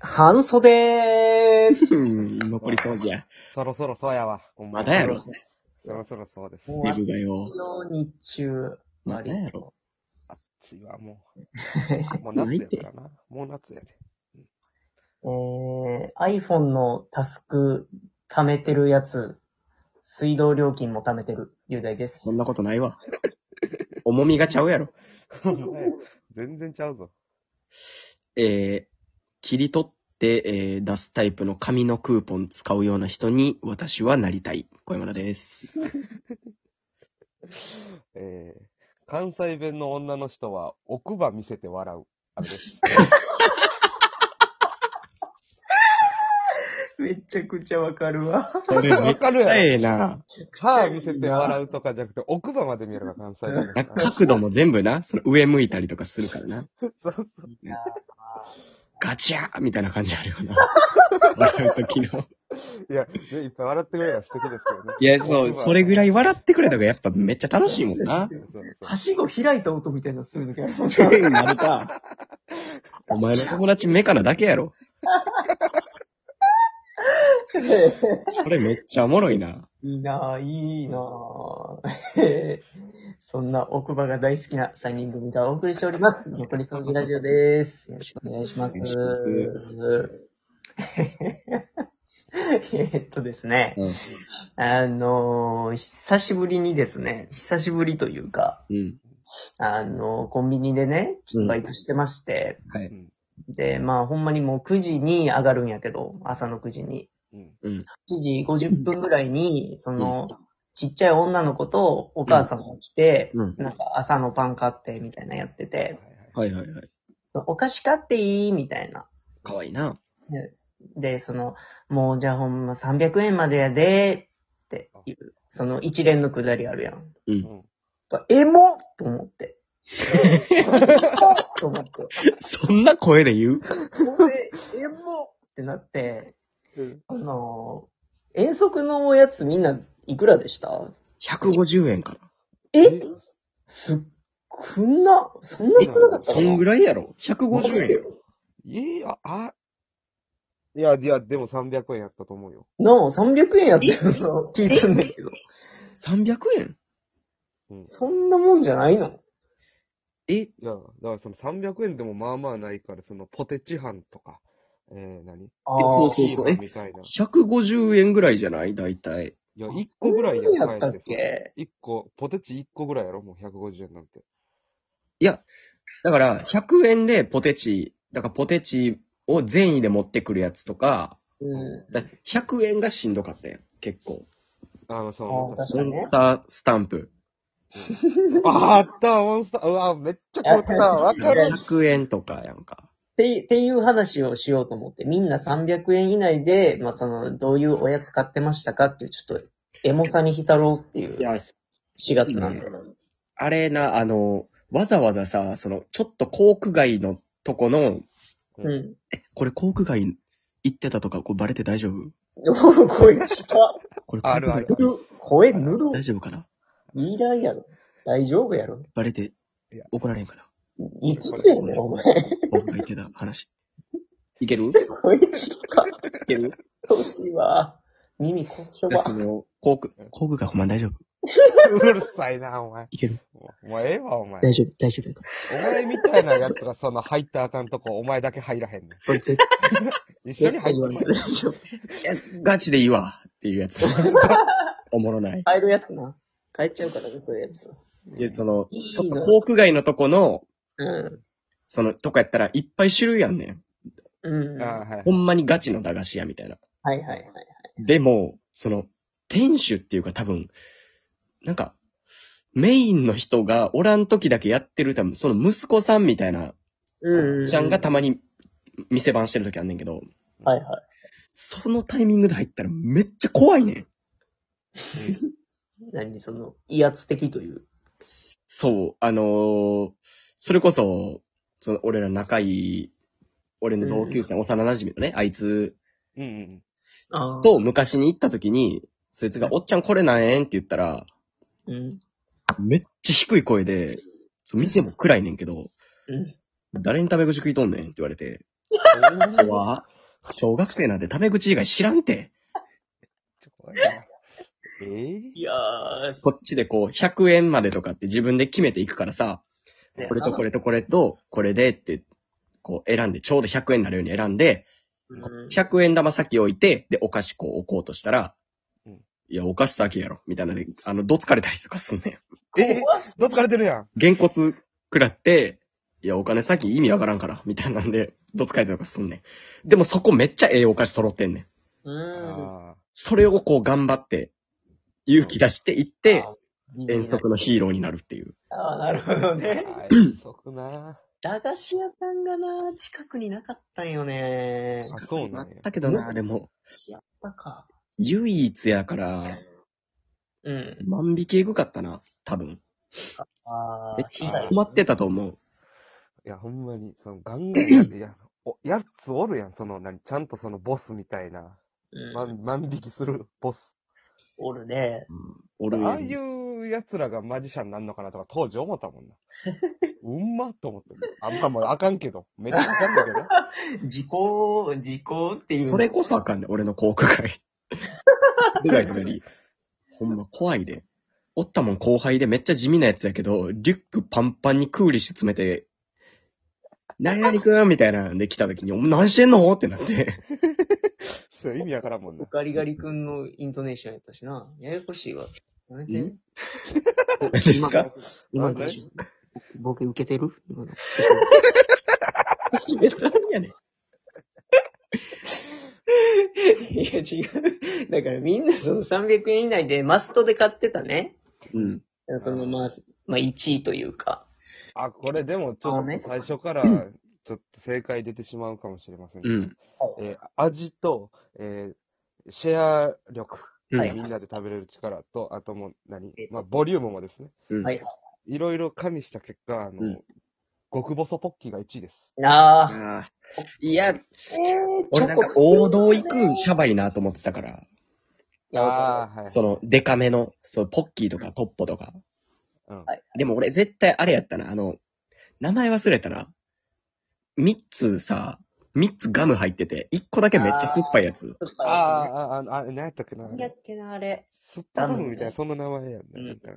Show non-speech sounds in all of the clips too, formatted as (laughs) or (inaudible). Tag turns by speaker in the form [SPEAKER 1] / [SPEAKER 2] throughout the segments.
[SPEAKER 1] 半袖
[SPEAKER 2] 残りそうじゃ。
[SPEAKER 3] そろそろそうやわ。ほん
[SPEAKER 2] まだやろ。
[SPEAKER 3] そろそろそうです。
[SPEAKER 1] もう
[SPEAKER 2] デ
[SPEAKER 1] 暑
[SPEAKER 2] ブがよ。
[SPEAKER 1] いよ、日中。
[SPEAKER 2] まだやろ。
[SPEAKER 3] 暑いわ、も
[SPEAKER 2] (laughs)
[SPEAKER 3] う。もう夏やからな。もう夏やで。 (laughs)
[SPEAKER 1] えー、iPhone のタスク貯めてるやつ、水道料金も貯めてる、雄大です
[SPEAKER 2] そん。なことないわ。重みがちゃうやろ。
[SPEAKER 3] ほんまや全然ちゃうぞ。
[SPEAKER 2] えー、切り取って、えー出すタイプの紙のクーポン使うような人に私はなりたい。小山田です。
[SPEAKER 3] えー、関西弁の女の人は奥歯見せて笑う。あ
[SPEAKER 2] (laughs)
[SPEAKER 3] れです。
[SPEAKER 1] めちゃくちゃわかるわ。
[SPEAKER 2] それ
[SPEAKER 3] わかるやろ
[SPEAKER 2] ええな。
[SPEAKER 3] 歯見せて笑
[SPEAKER 1] う。
[SPEAKER 3] うとかじゃなくて、奥歯まで見えるから、関西弁の人
[SPEAKER 2] (laughs)
[SPEAKER 3] は。
[SPEAKER 2] 角度も全部な、その上向いたりとかするからな。
[SPEAKER 3] そうそう
[SPEAKER 2] ガチャーみたいな感じあるよな。笑う時の。
[SPEAKER 3] いや、ね、いっぱい笑ってくれたら素敵ですよね。
[SPEAKER 2] いや、そう、それぐらい笑ってくれた方がやっぱめっちゃ楽しいもんな。
[SPEAKER 3] そうそう
[SPEAKER 1] はしご開いた音みたいなのするときあるもんな。 (laughs)
[SPEAKER 2] なるか。お前の友達メカなだけやろ。それめっちゃおもろいな。
[SPEAKER 1] いいなぁ、いいなぁ。へへそんな奥歯が大好きな3人組がお送りしております。残り掃除ラジオです。よろしくお願いしま
[SPEAKER 2] お願い
[SPEAKER 1] す
[SPEAKER 2] しま。
[SPEAKER 1] えっとですね、
[SPEAKER 2] うん。
[SPEAKER 1] あのー久しぶりにですね、久しぶりというか、
[SPEAKER 2] うん。
[SPEAKER 1] あのーコンビニでね、ちょっとバイトしてまして、
[SPEAKER 2] は
[SPEAKER 3] う
[SPEAKER 2] い。
[SPEAKER 3] ん
[SPEAKER 1] で、まあほんまにもう9時に上がるんやけど、朝の9時に。
[SPEAKER 3] うん
[SPEAKER 1] 7時50分ぐらいに、その、ちっちゃい女の子とお母さんが来て、
[SPEAKER 2] うん。
[SPEAKER 1] なんか朝のパン買ってみたいなやって
[SPEAKER 3] はい
[SPEAKER 1] て、
[SPEAKER 3] はい
[SPEAKER 2] はいはいはい。
[SPEAKER 1] そのお菓子買っていいみたいな。
[SPEAKER 2] かわいいな。
[SPEAKER 1] で、その、もうじゃあほんま300円までやで、っていう、その一連のくだりあるやん。
[SPEAKER 3] うん
[SPEAKER 1] エモっと思って。 (laughs) エモっと思って。
[SPEAKER 2] (laughs) そんな声で言う
[SPEAKER 1] 俺、エモっってなって、
[SPEAKER 3] うん
[SPEAKER 1] あのー遠足のやつみんないくらでした
[SPEAKER 2] ?150 円かな。
[SPEAKER 1] えすっくんな、そんな少なかった
[SPEAKER 2] そ
[SPEAKER 1] かなん
[SPEAKER 2] ぐらいやろ。150円やろ。
[SPEAKER 3] いや、あ、いや、いや、でも300円やったと思うよ。
[SPEAKER 1] なあ、300円やってるの聞いてんだけど。
[SPEAKER 2] 300円
[SPEAKER 3] うん。い
[SPEAKER 1] そんなもんじゃないの
[SPEAKER 2] え、
[SPEAKER 3] や、だからその300円でもまあまあないから、そのポテチ飯とか、えー、何
[SPEAKER 1] あ
[SPEAKER 2] えそうそう
[SPEAKER 3] コーヒー飯みたいな。い
[SPEAKER 2] 150円ぐらいじゃない大体。
[SPEAKER 3] や、1個ぐらいや
[SPEAKER 1] やったっ
[SPEAKER 3] 帰て
[SPEAKER 1] け
[SPEAKER 3] 1個、ポテチ1個ぐらいやろもう150円なんて。
[SPEAKER 2] いや、だから、100円でポテチ、だからポテチを善意で持ってくるやつとか、
[SPEAKER 1] うん。
[SPEAKER 2] だ100円がしんどかったよ。結構。
[SPEAKER 3] あの、そ
[SPEAKER 1] あ
[SPEAKER 3] う
[SPEAKER 1] あ、確
[SPEAKER 2] モ
[SPEAKER 1] かに
[SPEAKER 2] ン
[SPEAKER 1] ね
[SPEAKER 2] ス。タースタンプ。
[SPEAKER 3] ああった、モンスター。うわ、めっちゃ凍った。わかる。
[SPEAKER 2] 100円とかやんか。
[SPEAKER 1] って、っていう話をしようと思って、みんな300円以内で、まあ、その、どういうおやつ買ってましたかっていう、ちょっと、エモさに浸ろうっていう4
[SPEAKER 2] や、
[SPEAKER 1] 月なんだけど。
[SPEAKER 2] あれな、あの、わざわざさ、その、ちょっと航空外のとこの、
[SPEAKER 1] う。
[SPEAKER 3] うん
[SPEAKER 1] (laughs)
[SPEAKER 2] これ航空外行ってたとか、これバレて大丈夫
[SPEAKER 1] でも声
[SPEAKER 2] (laughs)
[SPEAKER 1] 近。
[SPEAKER 2] これ航
[SPEAKER 3] あ
[SPEAKER 2] 空
[SPEAKER 3] るあ
[SPEAKER 2] 外
[SPEAKER 3] る。
[SPEAKER 1] 声ぬる。
[SPEAKER 2] 大丈夫かない
[SPEAKER 1] らんやろ。大丈夫やろ。
[SPEAKER 2] バレて
[SPEAKER 3] いや
[SPEAKER 2] 怒られんかない
[SPEAKER 1] くつやねん、お前。
[SPEAKER 2] 僕が言ってた話。いけるい
[SPEAKER 1] 声近。
[SPEAKER 2] ける
[SPEAKER 1] 年は、耳こっしょば。
[SPEAKER 2] その、航空、航空外ほんまに大丈夫
[SPEAKER 3] うるさいな、お前。
[SPEAKER 2] いける
[SPEAKER 3] お前、ええわ、お前。
[SPEAKER 1] 大丈夫、大丈夫やから。
[SPEAKER 3] お前みたいなやつがその入ったらあかんとこ、お前だけ入らへんね
[SPEAKER 1] これ絶
[SPEAKER 3] ん。一緒に入って
[SPEAKER 1] 言わない。大丈夫。
[SPEAKER 2] いや、ガチでいいわっていうやつ。おもろない。
[SPEAKER 1] 帰るやつな。帰っちゃうからね、そういうやつ。
[SPEAKER 2] で、その、
[SPEAKER 1] いい
[SPEAKER 2] ちょっと
[SPEAKER 1] な
[SPEAKER 2] 航空外のとこの、
[SPEAKER 1] うん。
[SPEAKER 2] その、とかやったらいっぱい種類あんねん。
[SPEAKER 1] うん。
[SPEAKER 3] ああ、
[SPEAKER 1] は
[SPEAKER 3] はい
[SPEAKER 2] ほ。んまにガチの駄菓子屋みたいな。
[SPEAKER 1] いはいはい。
[SPEAKER 2] でも、その、店主っていうか多分、なんか、メインの人がおらん時だけやってる多分、その息子さんみたいな、
[SPEAKER 1] うん。
[SPEAKER 2] ちゃんがたまに店番してる時あんねんけど、
[SPEAKER 1] はいはい。
[SPEAKER 2] そのタイミングで入ったらめっちゃ怖いねん。
[SPEAKER 1] 何その、威圧的という。
[SPEAKER 2] そう、あのーそれこそ、その俺ら仲いい、俺の同級生、幼馴染のね、あいつ
[SPEAKER 3] うんうん。
[SPEAKER 1] ああ。
[SPEAKER 2] と昔に行った時に、そいつが、おっちゃんこれなんえんって言ったら、
[SPEAKER 1] うん。
[SPEAKER 2] めっちゃ低い声で、そう店も暗いねんけど、
[SPEAKER 1] うん
[SPEAKER 2] 誰に食べ口食いとんねんって言われて、
[SPEAKER 3] うん
[SPEAKER 2] 怖っ小学生なんてタメ口以外知らんて。
[SPEAKER 3] ちょ怖いな。ええ
[SPEAKER 1] いやー、
[SPEAKER 2] こっちでこう、100円までとかって自分で決めていくからさ、これとこ
[SPEAKER 1] れ。
[SPEAKER 2] れとこれと、これでって、こう選んで、ちょうど100円になるように選んで、
[SPEAKER 1] うん
[SPEAKER 2] 100円玉先置いて、で、お菓子こう置こうとしたら、
[SPEAKER 3] うん
[SPEAKER 2] いや、お菓子先やろ、みたいなね、あの、どつかれたりとかすんねん。
[SPEAKER 3] えどっつかれてるやん。
[SPEAKER 2] げんこつ食らって、いや、お金先意味わからんから、みたいなんで、どつかれたりとかすんねん。でもそこめっちゃええお菓子揃ってんねん。
[SPEAKER 1] うん。
[SPEAKER 3] あ
[SPEAKER 2] それをこう頑張って、勇気出していって、
[SPEAKER 1] 微妙な
[SPEAKER 2] 遠足のヒーローになるっていう。
[SPEAKER 1] ああ、なるほど
[SPEAKER 3] ー
[SPEAKER 1] ね。
[SPEAKER 3] あー。遠足な
[SPEAKER 1] 駄菓子屋さんがな、近くになかったんよね。
[SPEAKER 3] あそうなんや
[SPEAKER 2] だけどな、でも、
[SPEAKER 1] やったか。
[SPEAKER 2] 唯一やから、
[SPEAKER 1] うん。
[SPEAKER 2] 万引きエグかったな、多分。
[SPEAKER 1] あ
[SPEAKER 2] めっ
[SPEAKER 1] あ、
[SPEAKER 2] ち
[SPEAKER 1] 被
[SPEAKER 2] ゃ
[SPEAKER 1] 害。
[SPEAKER 2] 困ってたと思う。
[SPEAKER 3] いや、ほんまに、その、ガンガンやるやん。お、やつおるやん、その、何、ちゃんとその、ボスみたいな。
[SPEAKER 1] うん、
[SPEAKER 3] 万、万引きするボス。
[SPEAKER 1] おるね。
[SPEAKER 2] 俺、
[SPEAKER 3] ああいう奴らがマジシャンなんのかなとか、当時思ったもんな。うんまっと思ってる。あんたもうあかんけど。めっちゃあかんだけどな。
[SPEAKER 1] 時効、時効っていう。
[SPEAKER 2] それこそあかんね俺の航空
[SPEAKER 3] (laughs)
[SPEAKER 2] 会。でかいのより。ほんま怖いで。おったもん後輩でめっちゃ地味なやつやけど、リュックパンパンにクーリッシュ詰めて、何々くんみたいなんで来た時に、お前何してんのってな
[SPEAKER 3] (laughs)
[SPEAKER 2] って。
[SPEAKER 3] そう意味わからんもんな。
[SPEAKER 1] ガリガリ君のイントネーションやったしな。ややこしいわ。やめて
[SPEAKER 2] ん。ですか
[SPEAKER 1] 今
[SPEAKER 3] あ
[SPEAKER 1] の
[SPEAKER 3] れ
[SPEAKER 1] ボケ受けてる今の。
[SPEAKER 2] え、何やねん。
[SPEAKER 1] (laughs) いや、違う。だからみんなその300円以内でマストで買ってたね。
[SPEAKER 2] うん。
[SPEAKER 1] そのまあ、まあ1位というか。
[SPEAKER 3] あ、これでもちょ
[SPEAKER 1] あね
[SPEAKER 3] っと最初から、ちょっと正解出てしまうかもしれませんが。
[SPEAKER 2] うん。
[SPEAKER 3] えー味と、えーシェア力。
[SPEAKER 2] うん
[SPEAKER 1] はい
[SPEAKER 3] みんなで食べれる力と、あともう何
[SPEAKER 1] えっ、と
[SPEAKER 3] まあ、ボリュームもですね。
[SPEAKER 2] うん
[SPEAKER 1] はい。
[SPEAKER 3] いろいろ加味した結果、あの、
[SPEAKER 2] うん
[SPEAKER 3] 極細ポッキーが1位です。
[SPEAKER 1] なあ。
[SPEAKER 2] あーいや、
[SPEAKER 1] えー、
[SPEAKER 2] 俺なんか王道行くシャバいなと思ってたから、
[SPEAKER 1] ああ。
[SPEAKER 3] あー、はい。
[SPEAKER 2] そのデカめの、そう、ポッキーとかトッポとか。
[SPEAKER 3] うん
[SPEAKER 1] はい
[SPEAKER 2] でも俺絶対あれやったな、あの、名前忘れたな。三つさ、三つガム入ってて、一個だけめっちゃ酸っぱいやつ。
[SPEAKER 3] あー
[SPEAKER 1] ああ。
[SPEAKER 3] あー、あーあー、何やったっけな。
[SPEAKER 1] なんだっけな、あれ。
[SPEAKER 3] 酸っぱガムみたいな、そんな名前やん
[SPEAKER 1] う
[SPEAKER 3] な。
[SPEAKER 1] ん
[SPEAKER 3] なんか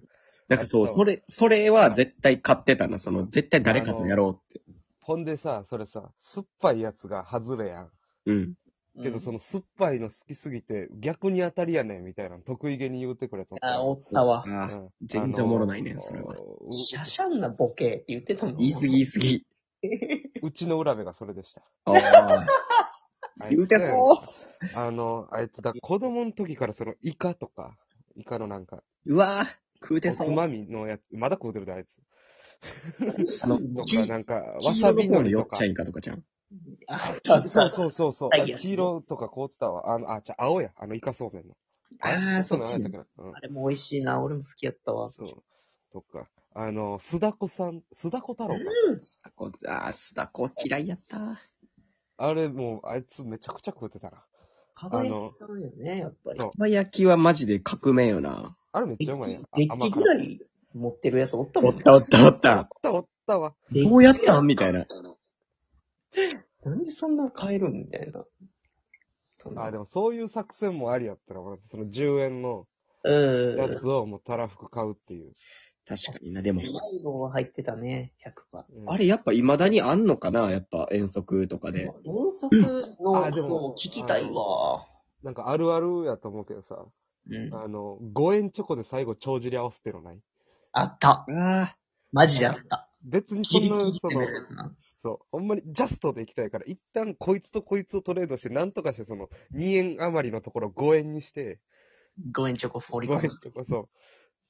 [SPEAKER 2] なんかそう、
[SPEAKER 3] あったわ
[SPEAKER 2] それ、それは絶対買ってたな、その、絶対誰かとやろうっ
[SPEAKER 3] ほんでさ、それさ、酸っぱいやつが外れやん。
[SPEAKER 2] て。うん。
[SPEAKER 3] けど、その酸っぱいの好きすぎて、逆に当たりやねんみたいなの得意げに言うてくれた。
[SPEAKER 1] ああ、おったわ。
[SPEAKER 3] う
[SPEAKER 2] ああ
[SPEAKER 3] ん
[SPEAKER 2] 全然おもろないねん
[SPEAKER 3] あのー
[SPEAKER 2] それは
[SPEAKER 3] う
[SPEAKER 1] シャシャンなボケって言ってたもん。
[SPEAKER 2] 言い過ぎ言い過ぎ。
[SPEAKER 3] うちの浦部がそれでした。
[SPEAKER 2] ああ。 (laughs) 言うてそう
[SPEAKER 3] うあの、あいつが子供の時からそのイカとか、イカのなんか、
[SPEAKER 2] うわぁ、食うて
[SPEAKER 3] お
[SPEAKER 2] そ
[SPEAKER 3] つ
[SPEAKER 2] う。
[SPEAKER 3] まみのやつ、まだ食うてるであいつ。
[SPEAKER 2] あの、
[SPEAKER 3] と
[SPEAKER 2] 黄
[SPEAKER 3] か、
[SPEAKER 2] 色
[SPEAKER 3] なんか、わ
[SPEAKER 2] 黄
[SPEAKER 3] さ
[SPEAKER 2] 色の
[SPEAKER 3] び
[SPEAKER 2] 方
[SPEAKER 3] の
[SPEAKER 2] の
[SPEAKER 3] り
[SPEAKER 2] よ
[SPEAKER 3] と
[SPEAKER 2] っ
[SPEAKER 3] か
[SPEAKER 2] ちゃ。んイカとかじゃん。
[SPEAKER 1] (laughs) あったあった
[SPEAKER 3] そうそうそうそう。
[SPEAKER 1] はい
[SPEAKER 3] あ黄色とか凍ってたわ。あの、あ、じゃあ青や。あの、イカそうめんの。
[SPEAKER 2] ああ、そ
[SPEAKER 3] の
[SPEAKER 2] っ
[SPEAKER 3] 名
[SPEAKER 2] ち
[SPEAKER 3] 前や
[SPEAKER 2] ね
[SPEAKER 3] ったっけな。うん
[SPEAKER 1] あ。れも美味しいな。俺も好きやったわ。
[SPEAKER 3] そう。とか、あの、須田子さん、須田子太郎か。
[SPEAKER 1] うん。
[SPEAKER 2] こああ、すだこ嫌いやった。
[SPEAKER 3] あれ、もう、あいつめちゃくちゃ食うてたな。
[SPEAKER 1] かば焼きさんよね、やっぱり。
[SPEAKER 3] そう
[SPEAKER 2] ま焼きはマジで革命よな。
[SPEAKER 3] あれめっ
[SPEAKER 1] デ
[SPEAKER 3] ちゃうまいやん。あ
[SPEAKER 1] ッキぐらい持ってるやつおった
[SPEAKER 2] お
[SPEAKER 1] もん
[SPEAKER 2] っ
[SPEAKER 1] ね。
[SPEAKER 2] たおったおっ。
[SPEAKER 3] 甘辛いおったたおったわ。
[SPEAKER 1] デッキ
[SPEAKER 2] どうやったんみたいな。
[SPEAKER 1] なんでそんな買えるんみたいな。
[SPEAKER 3] あ、でもそういう作戦もありやったから、その10円の
[SPEAKER 1] うん。
[SPEAKER 3] やつをもうたらふく買うっていう。
[SPEAKER 2] 確かにな、でも。
[SPEAKER 1] 最後は入ってたね、100%。
[SPEAKER 2] あれやっぱ未だにあんのかなやっぱ遠足とかで。
[SPEAKER 1] 遠足の、
[SPEAKER 3] あでも
[SPEAKER 1] そう、聞きたいわ。
[SPEAKER 3] なんかあるあるやと思うけどさ、
[SPEAKER 1] うん。
[SPEAKER 3] あの、5円チョコで最後帳尻合わせてのない
[SPEAKER 1] あった。
[SPEAKER 2] ああ。
[SPEAKER 1] マジであった。
[SPEAKER 3] 別にそんな、
[SPEAKER 1] ギリギリ
[SPEAKER 3] その
[SPEAKER 1] 攻めるやつな
[SPEAKER 3] そう、ほんまにジャストで行きたいから、一旦こいつとこいつをトレードして、なんとかしてその2円余りのところを5円にして、
[SPEAKER 1] ごめんチョコ放り込
[SPEAKER 3] 5
[SPEAKER 1] む
[SPEAKER 3] 円。チョコ、そう。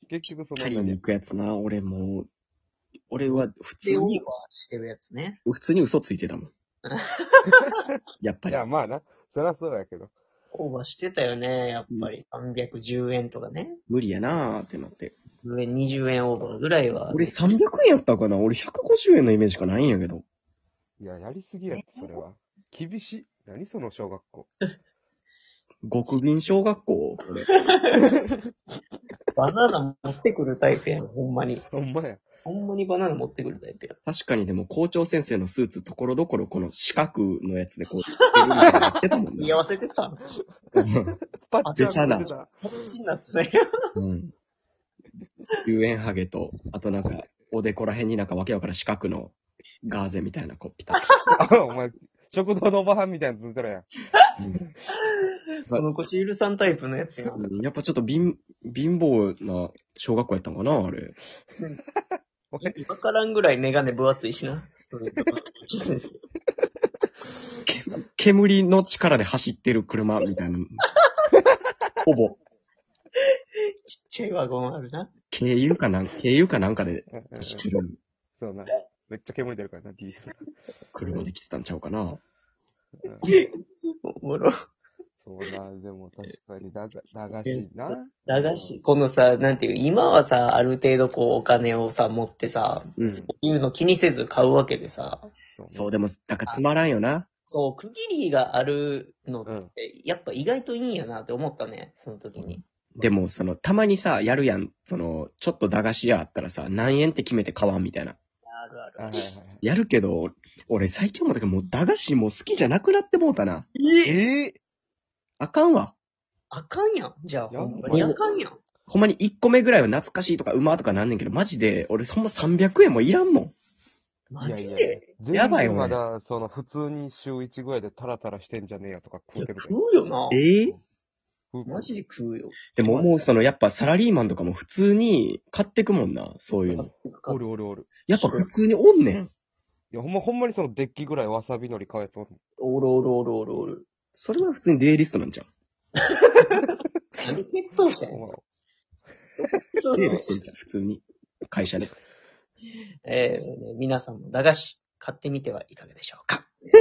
[SPEAKER 3] 結局その、
[SPEAKER 2] 狩りに行くやつな、俺もう。俺は普
[SPEAKER 1] で、
[SPEAKER 2] 通
[SPEAKER 1] オー
[SPEAKER 2] に、
[SPEAKER 1] バーしてるやつね。
[SPEAKER 2] 普通に嘘ついてた (laughs) もん。やっぱ
[SPEAKER 3] い
[SPEAKER 2] り。
[SPEAKER 3] や、まあな、そりゃそうやけど。
[SPEAKER 1] オーバーしてたよね、やっぱり。310円とかね。
[SPEAKER 2] 無理やなーってなって。
[SPEAKER 1] 上20円オーバーぐらいは。
[SPEAKER 2] 俺300円やったかな俺150円のイメージしかないんやけど。
[SPEAKER 3] いや、やりすぎやって、それは。厳しい。何その小学校。
[SPEAKER 2] 極貧小学校俺。
[SPEAKER 1] バナナ持ってくるタイプやん、ほんまに。
[SPEAKER 3] ほんまや。
[SPEAKER 1] ほんまにバナナ持ってくるタイプや。
[SPEAKER 2] 確かにでも校長先生のスーツところどころこの四角のやつでこう、着てるみたいになってたもん
[SPEAKER 1] 見
[SPEAKER 2] ね (laughs)
[SPEAKER 1] 合。わせてさ、
[SPEAKER 2] うん
[SPEAKER 3] パッチャーってた。
[SPEAKER 1] こっちになってたよ。
[SPEAKER 2] うん。遊園ハゲと、あとなんか、おでこら辺になんかわけわからん四角のガーゼみたいなこう、ピ (laughs) タッと。
[SPEAKER 3] あ (laughs) お前、食堂のおばはんみたいなのずっとるや
[SPEAKER 1] (laughs)
[SPEAKER 3] ん。
[SPEAKER 2] うん
[SPEAKER 1] この腰ゆるさんタイプのやつや。
[SPEAKER 2] うんやっぱちょっと貧、貧乏な小学校やったんかな、あれ。
[SPEAKER 1] わからんぐらいメガネ分厚いしな。それと先生
[SPEAKER 2] 煙の力で走ってる車みたいな。 (laughs) ほぼ、
[SPEAKER 1] ちっちゃいワゴンあるな。
[SPEAKER 2] 軽油かなん、軽油かなんかで
[SPEAKER 3] うんうんうん
[SPEAKER 2] 走ってる
[SPEAKER 3] そうな。めっちゃ煙出るからな、ディーゼル。
[SPEAKER 2] 車で来てたんちゃうかな。
[SPEAKER 3] うん
[SPEAKER 1] おもろ。
[SPEAKER 3] そうな、でも確かに、だが、駄菓子な。
[SPEAKER 1] 駄菓子、このさ、なんていう、今はさ、ある程度こうお金をさ、持ってさ、
[SPEAKER 2] うん。
[SPEAKER 1] そういうの気にせず買うわけでさ、
[SPEAKER 2] そうう、でも、なんかつまらんよな。
[SPEAKER 1] そう、区切りがあるのって、
[SPEAKER 3] うん
[SPEAKER 1] やっぱ意外といいんやなって思ったね、その時に。
[SPEAKER 2] でも、その、たまにさ、やるやん。その、ちょっと駄菓子屋あったらさ、何円って決めて買わんみたいな。
[SPEAKER 1] あるある。
[SPEAKER 3] だね。あ
[SPEAKER 2] やるけど、俺最近思ったけど、もう駄菓子もう好きじゃなくなってもうたな。
[SPEAKER 3] はいはいはい。え
[SPEAKER 2] あかんわ。
[SPEAKER 1] あかんやん。じゃあ、
[SPEAKER 3] や
[SPEAKER 1] ほ
[SPEAKER 3] ばい
[SPEAKER 1] んまにあかんやん。
[SPEAKER 2] ほんまに1個目ぐらいは懐かしいとかうまとかなんねんけど、マジで、俺そんな300円もいらんもん。
[SPEAKER 3] い
[SPEAKER 1] マ
[SPEAKER 3] やい
[SPEAKER 1] ジ
[SPEAKER 3] や
[SPEAKER 1] で。
[SPEAKER 3] 全
[SPEAKER 2] やばい
[SPEAKER 3] 然
[SPEAKER 2] 俺
[SPEAKER 3] まだ、その、普通に週1ぐらいでタラタラしてんじゃねえよとか
[SPEAKER 1] い
[SPEAKER 3] 食
[SPEAKER 1] や
[SPEAKER 3] うてる
[SPEAKER 1] 食うよな。
[SPEAKER 2] ええ
[SPEAKER 3] で
[SPEAKER 1] マジで食うよ。
[SPEAKER 2] でももうその、やっぱサラリーマンとかも普通に買ってくもんな、そういうの。
[SPEAKER 3] おるおるおる。
[SPEAKER 2] やっぱ普通におんねん。
[SPEAKER 3] いや、ほんま、ほんまにそのデッキぐらいわさびのり買うやつおるもん。
[SPEAKER 1] おるおるおるおるおる。
[SPEAKER 2] それは普通にデイリストなんじゃん。
[SPEAKER 1] なんで血糖したんや
[SPEAKER 3] お前
[SPEAKER 1] そう (laughs)
[SPEAKER 2] デイリストみたいな、普通に。会社で。
[SPEAKER 1] えーね皆さんも駄菓子買ってみてはいかがでしょうか。